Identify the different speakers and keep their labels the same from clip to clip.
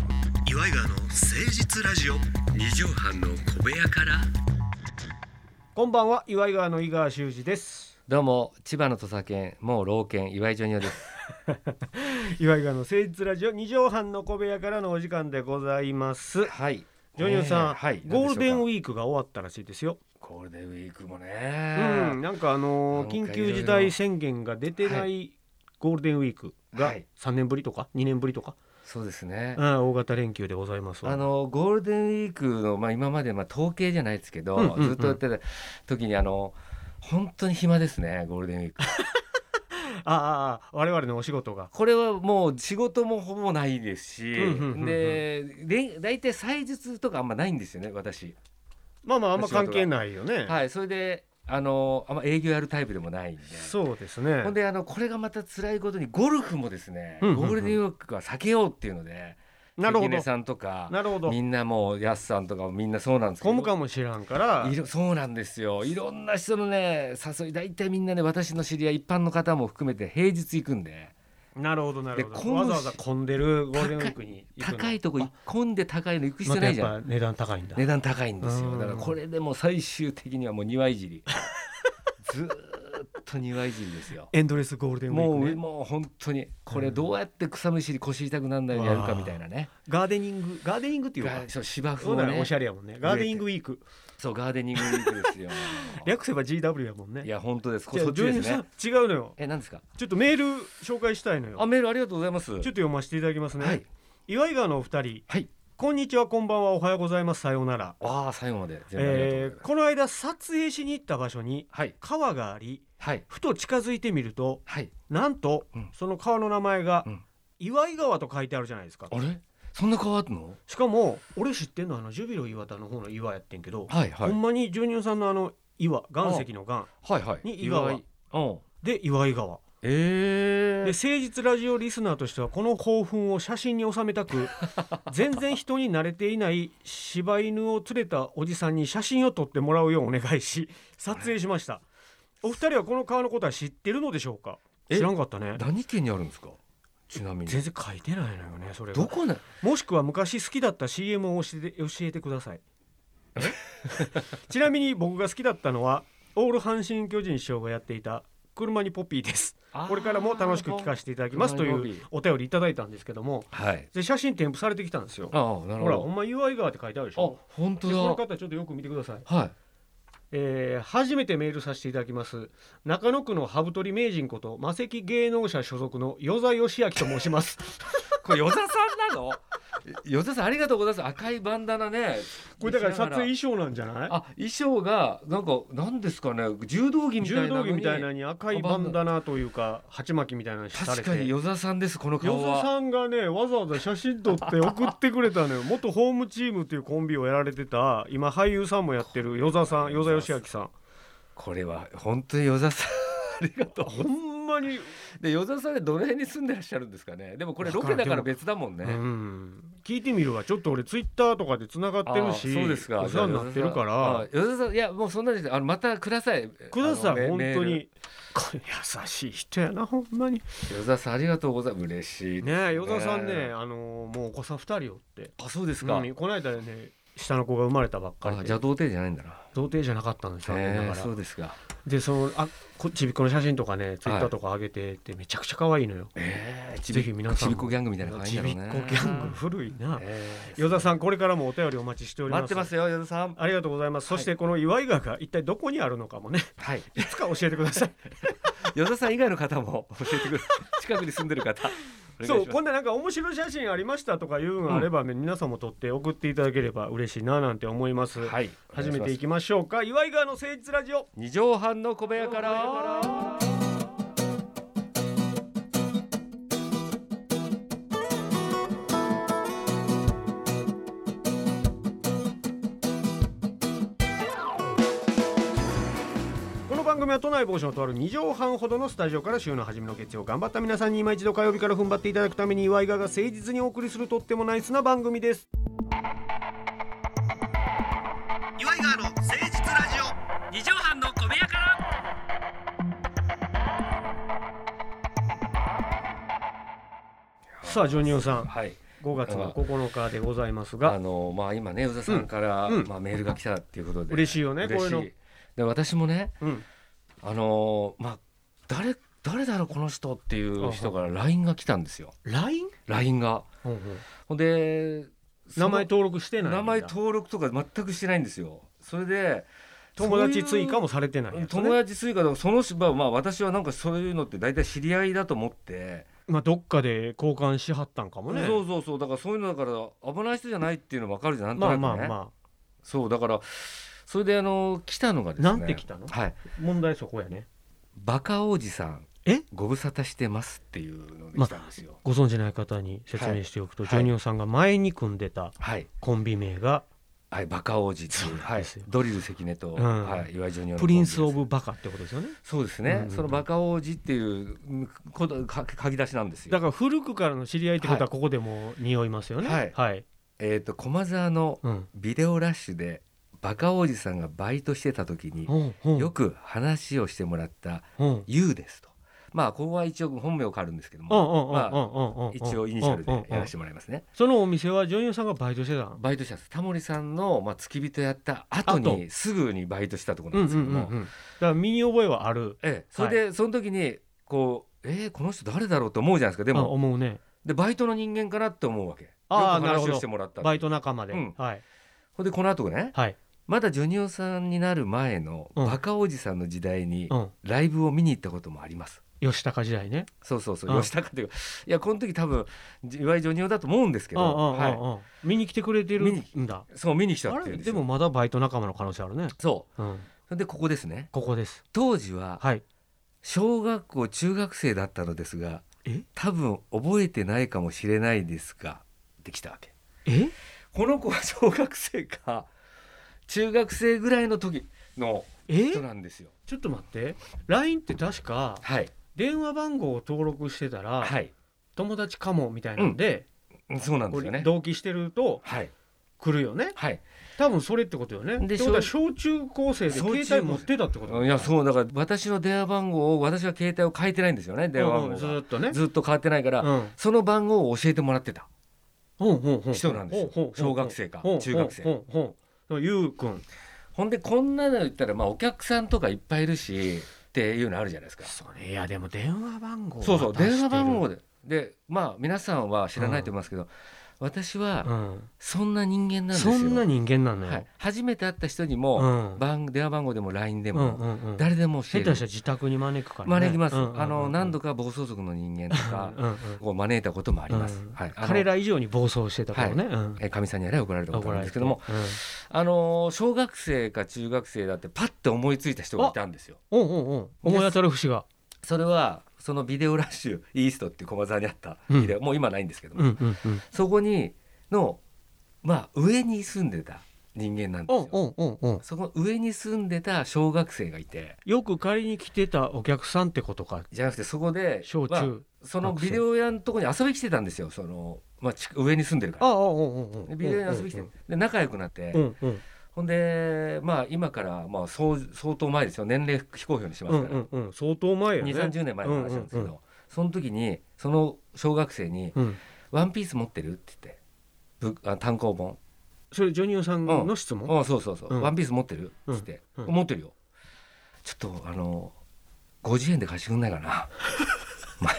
Speaker 1: イガーの誠実ラジオ
Speaker 2: 二畳半の小部屋から
Speaker 3: こんばんは岩井川の井川修司です
Speaker 2: どうも千葉の土佐犬もう老犬岩井ジョニオです
Speaker 3: 岩井川の誠実ラジオ二畳半の小部屋からのお時間でございます
Speaker 2: はい
Speaker 3: ジョニオさん、
Speaker 2: えーはい
Speaker 3: ゴールデン
Speaker 2: ィー
Speaker 3: ウ
Speaker 2: ク
Speaker 3: ィークが終わったらしいですよ、
Speaker 2: ゴールデンウィークもね、
Speaker 3: うん、なんかあのー
Speaker 2: なん
Speaker 3: 緊
Speaker 2: か
Speaker 3: 急事態宣言が出てな
Speaker 2: はい
Speaker 3: ゴールデンウィークが
Speaker 2: はい
Speaker 3: 3年ぶりとか2年ぶりとか、
Speaker 2: そうですね
Speaker 3: うん大型連休でございますわ
Speaker 2: あのゴールデンウィークのまあ今までまあ統計じゃないですけど、
Speaker 3: うんうんうん
Speaker 2: ずっとやってた時にあの本当に暇ですねゴールデンウィーク
Speaker 3: あああ我々のお仕事が
Speaker 2: これはもう仕事もほぼないですし、
Speaker 3: うんうんうんうん
Speaker 2: でで大体祭日とかあんまないんですよね私
Speaker 3: まあまああんま関係ないよね、
Speaker 2: はいそれであのあんま営業やるタイプでもないんで
Speaker 3: そうですね
Speaker 2: ほんであのこれがまた辛いことにゴルフもですね、
Speaker 3: うんうんうん
Speaker 2: ゴールデンウィークは避けようっていうので
Speaker 3: なるほ
Speaker 2: 関根
Speaker 3: ど
Speaker 2: さんとか
Speaker 3: なるほど
Speaker 2: みんなもうやすさんとかもみんなそうなんですけど
Speaker 3: 混むかもしらんから
Speaker 2: いろそうなんですよいろんな人のね誘い大体みんなね私の知り合い一般の方も含めて平日行くんで
Speaker 3: なるほどなるほ
Speaker 2: で
Speaker 3: ど
Speaker 2: 混む
Speaker 3: わ
Speaker 2: し
Speaker 3: ざわざ混んでるゴールデンウィークに行くの
Speaker 2: 高いとこ
Speaker 3: あ
Speaker 2: 混んで高いの行く必要ないじゃん、
Speaker 3: またやっぱ値段高いんだ、
Speaker 2: 値段高いんです
Speaker 3: う
Speaker 2: よ
Speaker 3: ん
Speaker 2: だからこれでもう最終的にはもう庭いじりずーっと庭いじりですよ
Speaker 3: エンドレスゴールデンウィー
Speaker 2: も
Speaker 3: ク、ね、
Speaker 2: うもう本当にこれどうやって草むしり腰痛くなんないようにやるかみたいなね
Speaker 3: ガーデニングガーデニングっていうか
Speaker 2: がそう芝生
Speaker 3: そう
Speaker 2: を
Speaker 3: だね
Speaker 2: ね
Speaker 3: おしゃれやもんねガーデニングウィーク
Speaker 2: そうガーデニングウィークですよ
Speaker 3: 略せば GW やもん
Speaker 2: い
Speaker 3: ね
Speaker 2: や本当ですこ
Speaker 3: じゃ
Speaker 2: そ
Speaker 3: あ
Speaker 2: っちですね
Speaker 3: ジョニーさん違うのよ
Speaker 2: え何ですか
Speaker 3: ちょっとメール紹介したいのよち
Speaker 2: あ
Speaker 3: ょっ
Speaker 2: メールありがとうございますは
Speaker 3: と読ませていただきますね、
Speaker 2: い
Speaker 3: 岩井川のお二人
Speaker 2: はい
Speaker 3: こんにちはこんばんはおはようございますさようなら
Speaker 2: ああ最後まで全部ありがとうござい
Speaker 3: え
Speaker 2: ま
Speaker 3: ー
Speaker 2: す
Speaker 3: この間撮影しに行った場所に
Speaker 2: はい
Speaker 3: 川があり
Speaker 2: はい
Speaker 3: ふと近づいてみると
Speaker 2: はい
Speaker 3: なんと、
Speaker 2: うん
Speaker 3: その川の名前が、
Speaker 2: うん
Speaker 3: 岩井川と書いてあるじゃないですか
Speaker 2: あれそんな変わるの
Speaker 3: しかも俺知ってんのあのジュビロ磐田の方の岩やってんけど、
Speaker 2: はいは
Speaker 3: ほん
Speaker 2: い
Speaker 3: まにジュニオさんのあの岩岩石の岩
Speaker 2: はいはい
Speaker 3: に岩は
Speaker 2: 岩井うん
Speaker 3: で岩井川で
Speaker 2: ええ
Speaker 3: 誠実ラジオリスナーとしてはこの興奮を写真に収めた く全然人に慣れていない柴犬を連れたおじさんに写真を撮ってもらうようお願いし撮影しましたお二人はこの川のことは知ってるのでしょうか
Speaker 2: え
Speaker 3: 知らんかったね
Speaker 2: 何県にあるんですかちなみに
Speaker 3: 全然書いてないのよねそれ
Speaker 2: ど
Speaker 3: が
Speaker 2: こな
Speaker 3: もしくは昔好きだった CM を教えて教えてくだ さいちなみに僕が好きだったのはオール阪神・巨人師匠がやっていた車にポピーですこれからも楽しく聞かせていただきますと
Speaker 2: あー
Speaker 3: いうお便りいただいたんですけども
Speaker 2: はい
Speaker 3: で写真添付されてきたんですよ
Speaker 2: ああなる
Speaker 3: ほ
Speaker 2: ほ
Speaker 3: らほん
Speaker 2: ど
Speaker 3: ま UI 側って書いてあるでし
Speaker 2: あ
Speaker 3: ょ
Speaker 2: 本
Speaker 3: でこの
Speaker 2: 当
Speaker 3: 方ちょっとよく見てください、
Speaker 2: だはい
Speaker 3: えー初めてメールさせていただきます中野区の羽太り名人こと魔石芸能者所属の与座義明と申します
Speaker 2: これ与田さんなの 与田さんありがとうございます赤いバンダナね
Speaker 3: これだから撮影
Speaker 2: 衣
Speaker 3: 衣装なんじゃない
Speaker 2: あ衣装がなんか何ですかね柔道着みたいな
Speaker 3: 柔
Speaker 2: の
Speaker 3: 道
Speaker 2: に
Speaker 3: 着みたいなのに赤いバンダナというか鉢巻きみたいなのにされ
Speaker 2: 確
Speaker 3: て
Speaker 2: かに与田さんですこの顔
Speaker 3: 与田
Speaker 2: は
Speaker 3: さんがねわざわざ写真撮って送ってくれた のよ元ホームチームっていうコンビをやられてた今俳優さんもやってる与田さん与田義明さん
Speaker 2: これは本当に与田さん ありがとう
Speaker 3: ほんまに、
Speaker 2: で与田さんでどの辺に住んでらっしゃるんですかねでもこれロケだから別だもんね
Speaker 3: うん聞いてみるわちょっと俺ツイッターとかでつながってるし
Speaker 2: あそうですか
Speaker 3: お世話になってるから
Speaker 2: じゃあ与田さんあ与田さんいやもうそんなですあのまたください
Speaker 3: くださ
Speaker 2: あの
Speaker 3: い
Speaker 2: メ
Speaker 3: 本
Speaker 2: メー
Speaker 3: 当
Speaker 2: ル
Speaker 3: にこれ優しい人やなほんまに
Speaker 2: 与田さんありがとうございます嬉しい
Speaker 3: ねえ与田さんねあのもうお子さん2人おって
Speaker 2: あそうですか、
Speaker 3: うんこの間ね下の子が生まれたばっかり
Speaker 2: あ
Speaker 3: で
Speaker 2: じゃあ童貞じゃないんだな
Speaker 3: 童貞じゃなかったんですよ、残念
Speaker 2: え
Speaker 3: な
Speaker 2: ー
Speaker 3: が
Speaker 2: そ
Speaker 3: ら
Speaker 2: うですか
Speaker 3: でそのあこちびっこの写真とかねツイッターとか上げてってめちゃくちゃ可愛いのよ、
Speaker 2: ええ
Speaker 3: ぜひ皆さ
Speaker 2: ち
Speaker 3: ん
Speaker 2: び
Speaker 3: も
Speaker 2: っこギャングみたいな感じ
Speaker 3: ち
Speaker 2: だ
Speaker 3: び
Speaker 2: ろ
Speaker 3: っ
Speaker 2: うね
Speaker 3: こギャング古いな
Speaker 2: ええ
Speaker 3: 与田さんこれからもお便りお待ちしておりま
Speaker 2: 待っ
Speaker 3: す
Speaker 2: てますよ与田さん
Speaker 3: ありがとうございますそしてこの岩井川が一体どこにあるのか もね
Speaker 2: はい
Speaker 3: いつか教えてください
Speaker 2: 与田さん以外の方も教えてください 近くに住んでる方お願
Speaker 3: そ
Speaker 2: いうします
Speaker 3: こんななんか面白い写真ありましたとかいうのがあれば、ね皆さんも撮って送っていただければ嬉しいななんて思います、
Speaker 2: はい
Speaker 3: 始めてい
Speaker 2: き
Speaker 3: きましょうか岩井川の誠実ラジオ
Speaker 2: 二畳半の小部屋から
Speaker 3: この番組は都内某所のとある2畳半ほどのスタジオから週の初めの月曜頑張った皆さんに今一度火曜日から踏ん張っていただくために岩井川が誠実にお送りするとってもナイスな番組です
Speaker 1: 岩井川の誠実ラジオ
Speaker 2: 二畳半の小部屋から
Speaker 3: さあジョニオさん
Speaker 2: はい
Speaker 3: 5月の9日でございます
Speaker 2: あ
Speaker 3: が、
Speaker 2: のまあ今ね宇田さんから、
Speaker 3: うんうん
Speaker 2: まあ、メールが来たっていうことで
Speaker 3: 嬉しいよね
Speaker 2: 嬉し
Speaker 3: こういう
Speaker 2: で私もね
Speaker 3: うん、
Speaker 2: あのーまあ誰誰だろうこの人っていう人から LINE が来たんですよ
Speaker 3: LINE?
Speaker 2: LINE がほんでその
Speaker 3: 名前登録してないんだ
Speaker 2: 名前登録とか全くしてないんですよそれで
Speaker 3: 友達追加
Speaker 2: も
Speaker 3: もされてないやつね
Speaker 2: 友達追加でもその人まあまあ私はなんかそういうのって大体知り合いだと思って、
Speaker 3: まあ、どっかで交換しはったんかもね
Speaker 2: そうそうそうだからそういうのだから危ない人じゃないっていうの分かるじゃんなんと
Speaker 3: ま
Speaker 2: な
Speaker 3: あ
Speaker 2: くね、
Speaker 3: まあま
Speaker 2: そうだからそれであの来たのがですね
Speaker 3: なんて来たの
Speaker 2: はい
Speaker 3: あ問題そこやね
Speaker 2: バカ王子さん
Speaker 3: え
Speaker 2: ご無沙汰してますっていうので来たんですよ、
Speaker 3: ご存じない方に説明しておくと、
Speaker 2: はい
Speaker 3: ジョニオさんが前に組んでた
Speaker 2: はい
Speaker 3: コンビ名が
Speaker 2: はいバカ王子って
Speaker 3: そ
Speaker 2: いうう、
Speaker 3: なん
Speaker 2: は
Speaker 3: で
Speaker 2: い
Speaker 3: すよ、
Speaker 2: ドリル関根と、
Speaker 3: うん
Speaker 2: はい、岩井ジョニオの
Speaker 3: プリンス・オ
Speaker 2: コ
Speaker 3: ブ・
Speaker 2: ビです
Speaker 3: バカってことですよね
Speaker 2: そうですね、
Speaker 3: うんうんうん
Speaker 2: そのバカ王子っていううんことか書き出しなんですよ
Speaker 3: だから古くからの知り合いってことはここでも匂いますよね
Speaker 2: はい
Speaker 3: はい、
Speaker 2: えっ、と駒沢の
Speaker 3: うん
Speaker 2: ビデオラッシュでバカ王子さんがバイトしてた時に
Speaker 3: うんうん
Speaker 2: よく話をしてもらった
Speaker 3: うんうん
Speaker 2: YOU ですとまあここは一応本名を変わるんですけど
Speaker 3: うん
Speaker 2: も、
Speaker 3: うん
Speaker 2: まあ
Speaker 3: うんうんうん
Speaker 2: 一応イニシャルでやらせ
Speaker 3: うんうんうん
Speaker 2: てもらいますね、
Speaker 3: そのお店はジョニオさんがバイトしてたの
Speaker 2: バイトしたんですタモリさんの、まあ、付き人やった後にすぐにバイトしたところなんですけども、
Speaker 3: だから身に覚えはある
Speaker 2: ええ、それで、その時にこうえー、この人誰だろうと思うじゃないですかで
Speaker 3: で
Speaker 2: も
Speaker 3: 思うね
Speaker 2: でバイトの人間かなって思うわけよく
Speaker 3: ああなるほ
Speaker 2: 話
Speaker 3: ど
Speaker 2: をしてもらったって
Speaker 3: バイト仲間で、
Speaker 2: うん
Speaker 3: はい
Speaker 2: ほんでこの後ね
Speaker 3: はい、
Speaker 2: まだジョニオさんになる前の
Speaker 3: うん
Speaker 2: バカおじさんの時代に
Speaker 3: うん、
Speaker 2: ライブを見に行ったこともあります。
Speaker 3: 吉高時代ね
Speaker 2: そうそうそううん吉高というかいやこの時多分岩井ジョニオだと思うんですけど、
Speaker 3: うんうんうんうん
Speaker 2: は
Speaker 3: 見に来てくれてるんだ
Speaker 2: い、そう見に来た
Speaker 3: あ
Speaker 2: ってい
Speaker 3: れ
Speaker 2: うんです
Speaker 3: で
Speaker 2: よ
Speaker 3: もまだバイト仲間の可能性あるね、
Speaker 2: そ
Speaker 3: うん、
Speaker 2: うそれでここですね
Speaker 3: ここです
Speaker 2: 当時は
Speaker 3: はい
Speaker 2: 小学校中学生だったのですが
Speaker 3: え
Speaker 2: 多分覚えてないかもしれないですができたわけ
Speaker 3: え
Speaker 2: この子は小学生か中学生ぐらいの時の
Speaker 3: え
Speaker 2: 人なんですよ
Speaker 3: ちょっと待って LINE って確か
Speaker 2: はい
Speaker 3: 電話番号を登録してたら、
Speaker 2: はい
Speaker 3: 友達かもみたいなんで,
Speaker 2: うんそうなん
Speaker 3: こ
Speaker 2: で
Speaker 3: う、
Speaker 2: すよね
Speaker 3: 同期してると
Speaker 2: はい
Speaker 3: 来るよね
Speaker 2: はい
Speaker 3: 多分それってことよね
Speaker 2: で
Speaker 3: ってことは小中高生で
Speaker 2: 小
Speaker 3: 携
Speaker 2: 中
Speaker 3: 帯
Speaker 2: 高
Speaker 3: 持
Speaker 2: 生
Speaker 3: ってたってこと
Speaker 2: いやそうだから私の電話番号を私は携帯を変えてないんですよね電話番
Speaker 3: うんう
Speaker 2: 号
Speaker 3: んず
Speaker 2: が
Speaker 3: ーっとね
Speaker 2: ずっと変わってないから、
Speaker 3: うん
Speaker 2: その番号を教えてもらってた
Speaker 3: うんうんうん
Speaker 2: 人なんですよ
Speaker 3: ほうほうほう
Speaker 2: 小学生か
Speaker 3: ほうほう
Speaker 2: 中学生
Speaker 3: ほうほうほうゆうくん
Speaker 2: ほんでこんなの言ったらまあお客さんとかいっぱいいるしっていうのあるじゃないですか
Speaker 3: それいやでも電話番号
Speaker 2: そうそう
Speaker 3: 渡してる
Speaker 2: 電話番号ででまあ皆さんは知らないと思いますけど、私
Speaker 3: う
Speaker 2: は
Speaker 3: ん
Speaker 2: そんな人間なんですよ
Speaker 3: そんな人間なのよ、
Speaker 2: はい、初めて会った人に
Speaker 3: う
Speaker 2: も、
Speaker 3: ん
Speaker 2: 番電話番号でも LINE で
Speaker 3: う
Speaker 2: も
Speaker 3: ん、うんうん
Speaker 2: 誰でも教
Speaker 3: 下
Speaker 2: える
Speaker 3: 手したら自宅に招くから、ね、
Speaker 2: 招きます、
Speaker 3: うんうんうん
Speaker 2: あの何度か暴走族の人間とか
Speaker 3: うんうん
Speaker 2: こう招いたこともあります、
Speaker 3: うん
Speaker 2: はい、あの
Speaker 3: 彼ら以上に暴走してたからね、うん
Speaker 2: えーかみさんにあれ怒られたことあるんですけども、
Speaker 3: 怒られて
Speaker 2: あのー小学生か中学生だってパッて思いついた人がいたんですよ。
Speaker 3: うん、うんうんうん思い当たる節が、
Speaker 2: それはそのビデオラッシュイーストっていう駒沢にあった
Speaker 3: うん
Speaker 2: ビデオ、もう今ないんですけども、
Speaker 3: うんうんうん、
Speaker 2: そこにのまあ上に住んでた人間なんです
Speaker 3: おん
Speaker 2: よ。
Speaker 3: おんおんおん
Speaker 2: そこ上に住んでた小学生がいて
Speaker 3: よく借りに来てたお客さんってことか
Speaker 2: じゃなくてそこで
Speaker 3: 小
Speaker 2: まあ
Speaker 3: 中、
Speaker 2: そのビデオ屋のとこに遊びに来てたんですよその、まあ、ち上に住んでるから。
Speaker 3: ああおんおんお
Speaker 2: で
Speaker 3: ん
Speaker 2: ビデオ屋に遊びに来てで仲良くなって、
Speaker 3: うんうん
Speaker 2: ほんでまあ今からまあそう相当前ですよ年齢非公表にしま
Speaker 3: う
Speaker 2: す
Speaker 3: ん
Speaker 2: から、
Speaker 3: うんうん相当前やね
Speaker 2: 2 3 0年前の話なんですけど、
Speaker 3: うんうん
Speaker 2: その時にその小学生に
Speaker 3: うん
Speaker 2: 「ワンピース持ってる?」って言ってぶあ単行本
Speaker 3: それジョニオさんの
Speaker 2: 「
Speaker 3: 質問、
Speaker 2: あそうそうそう、
Speaker 3: うん
Speaker 2: ワンピース持ってる?」って言って、
Speaker 3: うんうん
Speaker 2: 持ってるよ」ちょっとあの50円で貸してくんないか なまあ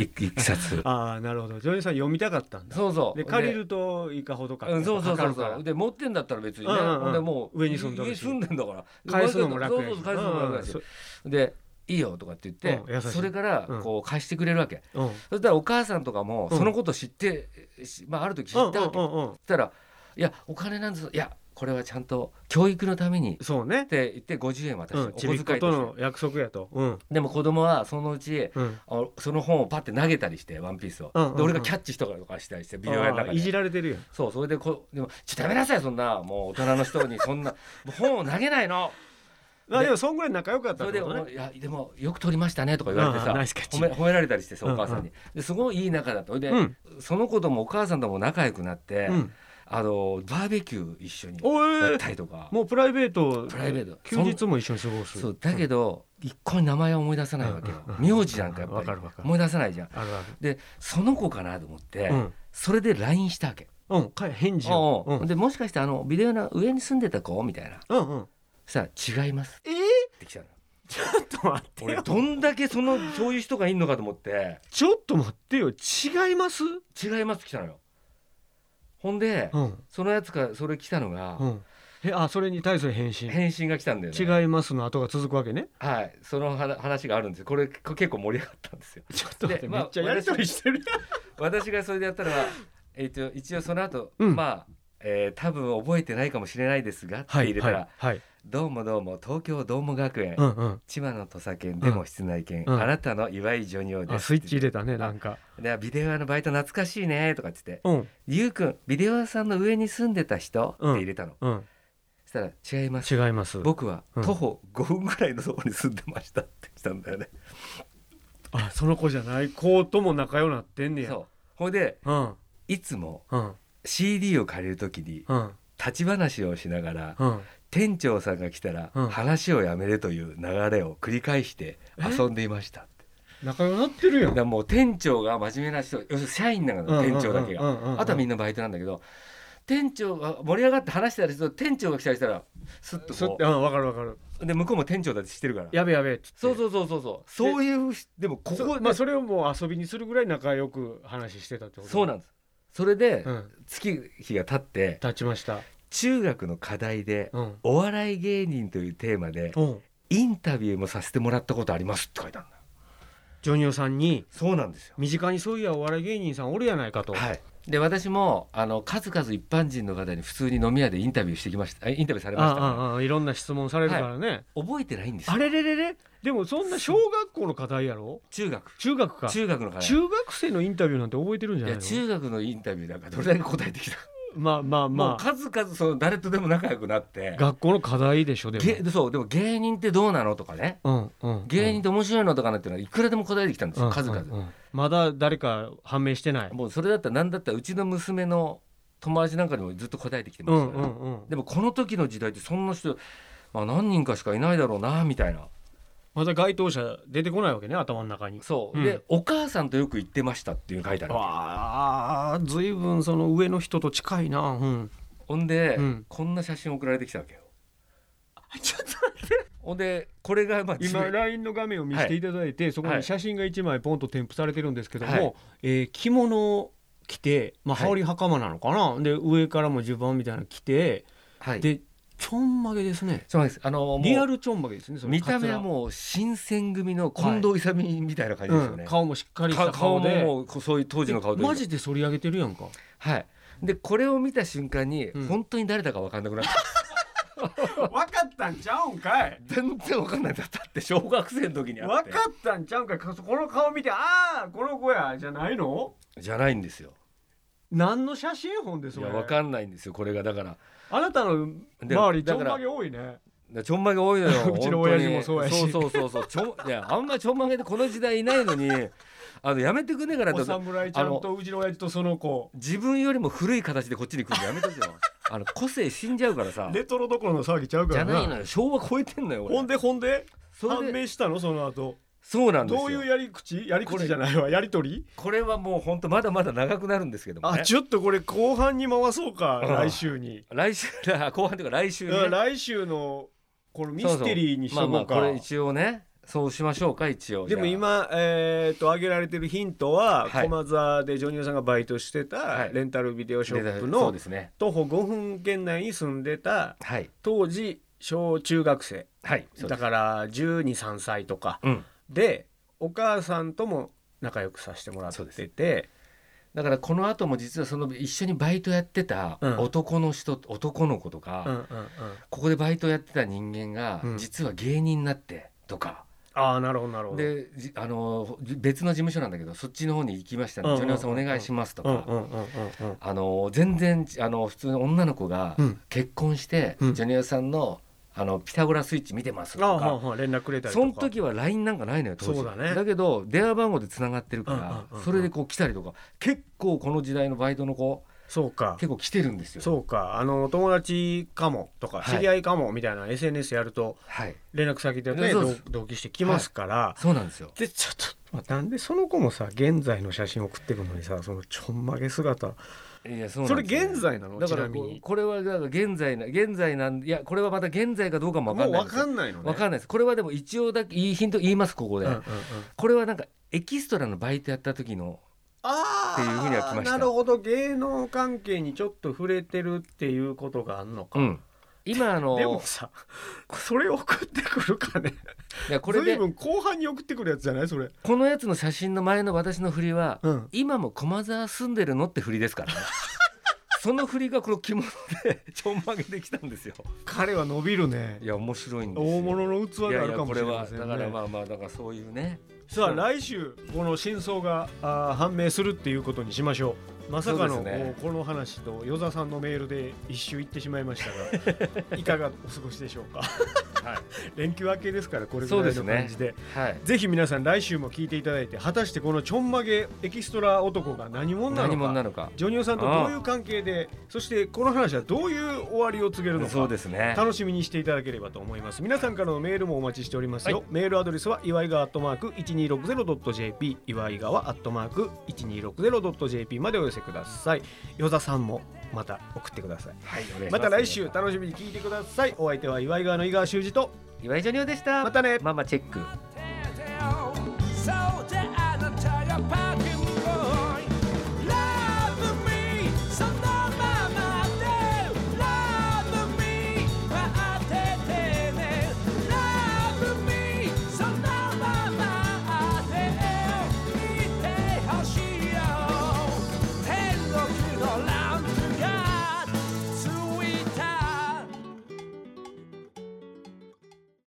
Speaker 2: い一冊
Speaker 3: ああなるほどジョニオさん読みたかったんだ
Speaker 2: そうそう
Speaker 3: で借りるといかほどか
Speaker 2: うん、そうそうそ
Speaker 3: かか
Speaker 2: う
Speaker 3: るか
Speaker 2: そ
Speaker 3: ら
Speaker 2: うで持ってんだったら別にね、
Speaker 3: うんうんうん
Speaker 2: ほんでもう
Speaker 3: 上に住んでるし
Speaker 2: 上住んでんだから
Speaker 3: 返すのも楽やし
Speaker 2: そうそうそう返すのも楽だし、で「いいよ」とかって言って、
Speaker 3: うん優しい
Speaker 2: それから
Speaker 3: うん
Speaker 2: こう貸してくれるわけ、
Speaker 3: うんうん
Speaker 2: そしたらお母さんとかも
Speaker 3: うん
Speaker 2: そのこと知って、しまあ、ある時知ったわけ、
Speaker 3: うんうんうん
Speaker 2: したら「いやお金なんですいやこれはちゃんと教育のために」っ
Speaker 3: そうね
Speaker 2: て言って50円渡して、
Speaker 3: うんちび
Speaker 2: お
Speaker 3: っ
Speaker 2: 小
Speaker 3: こ
Speaker 2: 遣い
Speaker 3: と
Speaker 2: として
Speaker 3: の約束やとうん
Speaker 2: でも子供はそのうち
Speaker 3: うん
Speaker 2: あその本をパッて投げたりして「ワンピースを、
Speaker 3: うんうんうん
Speaker 2: で俺がキャッチしたりとかしたりしてビデオ屋の
Speaker 3: あ
Speaker 2: 中
Speaker 3: ーいじ
Speaker 2: で。
Speaker 3: られてるやん
Speaker 2: そうそれでこでも「ちょっとやめなさいそんなもう大人の人 にそんなもう本を投げないの!
Speaker 3: まあ
Speaker 2: で
Speaker 3: でもそんぐらい仲良かっ」た
Speaker 2: そ
Speaker 3: っ
Speaker 2: れ
Speaker 3: て
Speaker 2: で
Speaker 3: こ
Speaker 2: 「
Speaker 3: とね
Speaker 2: いやでもよく撮りましたね」とか言われて
Speaker 3: あ
Speaker 2: さ
Speaker 3: ーナイスキャッチ
Speaker 2: 褒め褒められたりしてさお母さんに、ですごいいい仲だとそれで、
Speaker 3: うん
Speaker 2: その子ともお母さんとも仲良くなって、
Speaker 3: うん
Speaker 2: あのバーベキュー一緒に
Speaker 3: おえ
Speaker 2: やっ
Speaker 3: ー
Speaker 2: たりとか
Speaker 3: もうプライベート
Speaker 2: プライベート
Speaker 3: 休日も一緒に過ごす
Speaker 2: そうだけど一個に名前は思い出さないわけよ
Speaker 3: うんうんうん
Speaker 2: 名字なんかやっ
Speaker 3: わか
Speaker 2: ぱり
Speaker 3: るわかる
Speaker 2: 思い出さないじゃん
Speaker 3: あるあ
Speaker 2: でその子かなと思って、
Speaker 3: るうん
Speaker 2: それで LINE したわけ
Speaker 3: うんか返事を
Speaker 2: おうおうでもしかしてあのビデオの上に住んでた子みたいな
Speaker 3: うんうんうん
Speaker 2: さあ違います
Speaker 3: えー
Speaker 2: って来たの
Speaker 3: ちょっと待って
Speaker 2: 俺
Speaker 3: よ
Speaker 2: どんだけそ のそういう人がいんのかと思って
Speaker 3: ちょっと待ってよ違います
Speaker 2: 違います来たのよほんで、
Speaker 3: うん
Speaker 2: そのやつからそれ来たのが、
Speaker 3: うんえあそれに対する返信
Speaker 2: 返信が来たんだよね
Speaker 3: 違いますの後が続くわけね
Speaker 2: はいその話話があるんですよこれこ結構盛り上がったんですよ
Speaker 3: ちょっと待っ
Speaker 2: で
Speaker 3: て
Speaker 2: ま
Speaker 3: め
Speaker 2: あ
Speaker 3: っちゃやりとりしてる
Speaker 2: 私がそれでやったのは、えー、と一応その後、
Speaker 3: うん
Speaker 2: まあ、えー多分覚えてないかもしれないですがって入れたら、
Speaker 3: はい
Speaker 2: どうもどうも東京どうも学園、
Speaker 3: うんうん
Speaker 2: 千葉の土佐犬でも室内犬、
Speaker 3: うん
Speaker 2: あなたの岩井ジョニオで
Speaker 3: あ
Speaker 2: す
Speaker 3: スイッチ入れたねなんか
Speaker 2: でビデオ屋のバイト懐かしいねとかっつって
Speaker 3: うん
Speaker 2: 「ゆうくんビデオ屋さんの上に住んでた人?」って
Speaker 3: うん
Speaker 2: 入れたの、
Speaker 3: うん
Speaker 2: そしたら「違います
Speaker 3: 違います
Speaker 2: 僕は
Speaker 3: うん
Speaker 2: 徒歩5分ぐらいのとこに住んでました」って来たんだよね、
Speaker 3: あその子じゃない子とも仲良なってんねや
Speaker 2: そうほいで
Speaker 3: うん
Speaker 2: いつも
Speaker 3: うん
Speaker 2: CD を借りる時に
Speaker 3: うん
Speaker 2: 立ち話をしながら
Speaker 3: うん
Speaker 2: 店長さんが来たら
Speaker 3: うん
Speaker 2: 話をやめるという流れを繰り返して遊んでいましたって
Speaker 3: 仲良なってるや
Speaker 2: だ
Speaker 3: ん
Speaker 2: からもう店長が真面目な人要するに社員なの店長だけがあとはみ
Speaker 3: ん
Speaker 2: んなバイトなんだけど店長が盛り上がって話してたりすると店長が来たりしたらスッと
Speaker 3: なそ
Speaker 2: こ
Speaker 3: ってうんわかるわかる
Speaker 2: うで向こうも店長だってしてるから
Speaker 3: やべやべっつって
Speaker 2: そうそうそうそうそうそういうしでもこ
Speaker 3: そ
Speaker 2: こ
Speaker 3: まあそれをもう遊びにするぐらい仲良く話してたってこと
Speaker 2: そうなんんですそれで
Speaker 3: うん
Speaker 2: 月日が経って
Speaker 3: 立ちました
Speaker 2: 中学の課題で
Speaker 3: うん
Speaker 2: お笑い芸人というテーマで
Speaker 3: うん
Speaker 2: インタビューもさせてもらったことありますって書いてあるんだ
Speaker 3: ジョニオさんに
Speaker 2: そうなんですよ
Speaker 3: 身近にそういやお笑い芸人さんおるやないかと
Speaker 2: はいで私もあの数々一般人の方に普通に飲み屋でインタビューしてきましたあインタビューされましたから
Speaker 3: あああいろんな質問されるからね、
Speaker 2: 覚えてないんですよ
Speaker 3: あれれれれでもそんな小学校の課題やろ
Speaker 2: 中学
Speaker 3: 中学か中,、
Speaker 2: 中学の課題
Speaker 3: 学生のインタビューなんて覚えてるんじゃ
Speaker 2: い
Speaker 3: な
Speaker 2: や
Speaker 3: いの
Speaker 2: 中学のインタビューなんかどれだけ答えてきたか、
Speaker 3: まあまあ
Speaker 2: もう
Speaker 3: まあ
Speaker 2: 数々その誰とでも仲良くなって
Speaker 3: 学校の課題でしょでも
Speaker 2: げそうでも芸人ってどうなのとかね
Speaker 3: うんうん
Speaker 2: 芸人って面白いのとかなっていうのはいくらでも答えてきたんですよ、
Speaker 3: うん
Speaker 2: 数々、
Speaker 3: うんうんまだ誰か判明してない
Speaker 2: もうそれだったら何だったらうちの娘の友達なんかにもずっと答えてきてま
Speaker 3: う
Speaker 2: した
Speaker 3: ん
Speaker 2: よ、
Speaker 3: うんうん
Speaker 2: でもこの時の時代ってそんな人、まあ、何人かしかいないだろうなみたいな
Speaker 3: まだ該当者出てこないわけね頭の中に
Speaker 2: そう、
Speaker 3: うん
Speaker 2: でお母さんとよく行ってましたっていうの書いてある
Speaker 3: わあずいぶんその上の人と近いなうん
Speaker 2: ほんで、
Speaker 3: うん
Speaker 2: こんな写真送られてきたわけよ
Speaker 3: ちょっと
Speaker 2: ほんでこれがまあ自
Speaker 3: 今
Speaker 2: 分
Speaker 3: LINE の画面を見せていただいて、そこ
Speaker 2: は
Speaker 3: に
Speaker 2: い
Speaker 3: 写真が1枚ポンと添付されてるんですけども、
Speaker 2: はい
Speaker 3: えー着物を着て、まあ、
Speaker 2: はい
Speaker 3: 羽織袴なのかな、で上からも襦袢みたいなの着て
Speaker 2: はい
Speaker 3: でちょんまげですね
Speaker 2: そうなんですあのもう
Speaker 3: リアルちょんまげですねそれ
Speaker 2: 見た目は
Speaker 3: カツラ
Speaker 2: もう新選組の近藤勇みたいな感じですよね、
Speaker 3: うん顔もしっかりした
Speaker 2: か顔
Speaker 3: 顔で
Speaker 2: ももうこそういう当時の顔で
Speaker 3: マジで反り上げてるやんか
Speaker 2: はいでこれを見た瞬間に、
Speaker 3: うん
Speaker 2: 本当に誰だか分かんなくなった
Speaker 3: 分かったんちゃうんかい
Speaker 2: 全然分かんないんだったって小学生の時にあって
Speaker 3: ったんちゃうんかいこの顔見てああこの子やじゃないの
Speaker 2: じゃないんですよ
Speaker 3: 何の写真本で
Speaker 2: い
Speaker 3: そ
Speaker 2: や
Speaker 3: れ
Speaker 2: 分かんないんですよこれがだから
Speaker 3: あなたの
Speaker 2: で
Speaker 3: 周りち
Speaker 2: だ
Speaker 3: ょ
Speaker 2: か
Speaker 3: ん
Speaker 2: ら
Speaker 3: まげ多いね
Speaker 2: でちょんまげ多いのよ
Speaker 3: うちの親父も
Speaker 2: 本当に
Speaker 3: そうやし
Speaker 2: そうそうそうそうちょんいやあんまちょんまげでこの時代いないのにあのやめてくんねえから
Speaker 3: お
Speaker 2: と
Speaker 3: 侍ちゃんとうちの親父とその子
Speaker 2: 自分よりも古い形でこっちに来るのやめとけよあの個性死んじゃうからさ
Speaker 3: レトロどころの騒ぎちゃうか
Speaker 2: じ
Speaker 3: ら
Speaker 2: ゃ
Speaker 3: な
Speaker 2: ないのよ昭和超えてんのよ俺
Speaker 3: ほんでほんで
Speaker 2: そ
Speaker 3: 判
Speaker 2: れで
Speaker 3: 明したのその後
Speaker 2: そうなんです
Speaker 3: ど
Speaker 2: よ
Speaker 3: ういうやり口やり口じゃないわやりとり
Speaker 2: これはもう本当まだまだ長くなるんですけども
Speaker 3: あ
Speaker 2: ね
Speaker 3: ちょっとこれ後半に回そうか
Speaker 2: うん
Speaker 3: 来週に
Speaker 2: 来週後半というか来週
Speaker 3: だから
Speaker 2: ね
Speaker 3: 来週のこのミ
Speaker 2: そう
Speaker 3: ス
Speaker 2: そう
Speaker 3: テリーにしと
Speaker 2: まあ
Speaker 3: こう
Speaker 2: まあ
Speaker 3: か
Speaker 2: これ一応ねそうしましょうか一応
Speaker 3: でも
Speaker 2: じゃあ
Speaker 3: 今えーっと挙げられてるヒントは
Speaker 2: はい
Speaker 3: 駒沢でジョニオさんがバイトして
Speaker 2: は
Speaker 3: た
Speaker 2: い
Speaker 3: レンタルビデオショップ
Speaker 2: でそう
Speaker 3: の
Speaker 2: ですね
Speaker 3: 徒歩5分圏内に住んでた
Speaker 2: はい
Speaker 3: 当時小中学生
Speaker 2: はいそうで
Speaker 3: だ
Speaker 2: す
Speaker 3: から1 2 3歳とか
Speaker 2: うん
Speaker 3: でお母さんとも仲良くさせてもらっ
Speaker 2: そうで
Speaker 3: てて
Speaker 2: だからこの後も実はその一緒にバイトやってた
Speaker 3: うん
Speaker 2: 男の人、男の子とか、
Speaker 3: うんうんうん
Speaker 2: ここでバイトやってた人間が
Speaker 3: うん
Speaker 2: 実は芸人になってとか、
Speaker 3: ああなるほどなるほど
Speaker 2: でじあの別の事務所なんだけどそっちの方に行きましたね
Speaker 3: う
Speaker 2: 「
Speaker 3: ん
Speaker 2: ジョニオさんお願いします」とか、
Speaker 3: うんうんうんうんうん
Speaker 2: あの全然あの普通の女の子が
Speaker 3: うん
Speaker 2: 結婚して、
Speaker 3: うん
Speaker 2: ジョニオさんのあの「ピタゴラスイッチ見てます」と
Speaker 3: ああはあ
Speaker 2: か。
Speaker 3: はあ連絡くれたりと
Speaker 2: そ
Speaker 3: か
Speaker 2: の時は LINE なんかないのよ当時
Speaker 3: そうだね
Speaker 2: けど電話番号でつながってるから、
Speaker 3: うんうんうんうん
Speaker 2: それでこう来たりとか結構この時代のバイトの子
Speaker 3: そうか
Speaker 2: 結構来てるんですよ。
Speaker 3: そうかあの友達かもとか
Speaker 2: はい
Speaker 3: 知り合いかもみたいな SNS やると
Speaker 2: はい。
Speaker 3: 連絡先でね
Speaker 2: そう
Speaker 3: 同
Speaker 2: です
Speaker 3: 同期してきますから
Speaker 2: そうなんですよ。
Speaker 3: でちょっとまあなんでその子もさ現在の写真送ってくるのにさそのちょんまげ姿
Speaker 2: いやそう
Speaker 3: そ
Speaker 2: なんで
Speaker 3: れ
Speaker 2: すよ
Speaker 3: 現在なの
Speaker 2: だ
Speaker 3: ち
Speaker 2: か
Speaker 3: な
Speaker 2: ら
Speaker 3: み
Speaker 2: こう
Speaker 3: に
Speaker 2: これはだから現在な現在なんいやこれはまた現在かどうかもわか
Speaker 3: もうん
Speaker 2: ないん
Speaker 3: わ
Speaker 2: ですよ
Speaker 3: かんないのね
Speaker 2: わかんないですこれはでも一応だけいいヒント言いますここで、
Speaker 3: うんうんうん
Speaker 2: これはなんかエキストラのバイトやった時のっ
Speaker 3: あ
Speaker 2: ていうふうには来ま
Speaker 3: あ
Speaker 2: した
Speaker 3: なるほど芸能関係にちょっと触れてるっていうことがあんのか、
Speaker 2: うん今あの
Speaker 3: でもさそれ送ってくるかね
Speaker 2: いやこ
Speaker 3: こ
Speaker 2: れ
Speaker 3: れ
Speaker 2: で
Speaker 3: 分後半に送ってくるやつじゃないそれ
Speaker 2: このやつの写真の前の私の振りは、
Speaker 3: うん
Speaker 2: 今も駒沢住んでるのって振りですからね その振りがこの着物で ちょんまげできたんですよ
Speaker 3: 彼は伸びるね
Speaker 2: いや面白いんですよ
Speaker 3: 大物の器
Speaker 2: い
Speaker 3: が
Speaker 2: や
Speaker 3: あ
Speaker 2: い
Speaker 3: る
Speaker 2: や
Speaker 3: か
Speaker 2: こ
Speaker 3: もし
Speaker 2: れ
Speaker 3: れま
Speaker 2: は
Speaker 3: せん
Speaker 2: だ
Speaker 3: ね
Speaker 2: からまあまあだからそういうね
Speaker 3: さあ来週この真相があー判明するっていうことにしましょうまさかの、
Speaker 2: そうですね
Speaker 3: この話と与座さんのメールで一周行ってしまいました がいかがお過ごしでしょうか、
Speaker 2: は
Speaker 3: 連休明けですからこれぐらい
Speaker 2: そう
Speaker 3: の
Speaker 2: ですね
Speaker 3: 感じで
Speaker 2: はい
Speaker 3: ぜひ皆さん来週も聞いていただいて果たしてこのちょんまげエキストラ男が何者な
Speaker 2: 何
Speaker 3: のか
Speaker 2: 者なのか
Speaker 3: ジョニオさんとどういう関係でそしてこの話はどういう終わりを告げるの
Speaker 2: そう
Speaker 3: か
Speaker 2: ですね
Speaker 3: 楽しみにしていただければと思います皆さんからのメールもお待ちしておりますよ、
Speaker 2: は
Speaker 3: メールアドレスは祝いがアットマーク 1260.jp 祝いがわアットマーク 1260.jp までお寄せください与座さんもまた送ってください
Speaker 2: はいお願いしす
Speaker 3: また来週楽しみに聞いてくださいお相手は祝いがわの井川修司と
Speaker 2: 岩井ジョニオでした
Speaker 3: またね
Speaker 2: ママチェック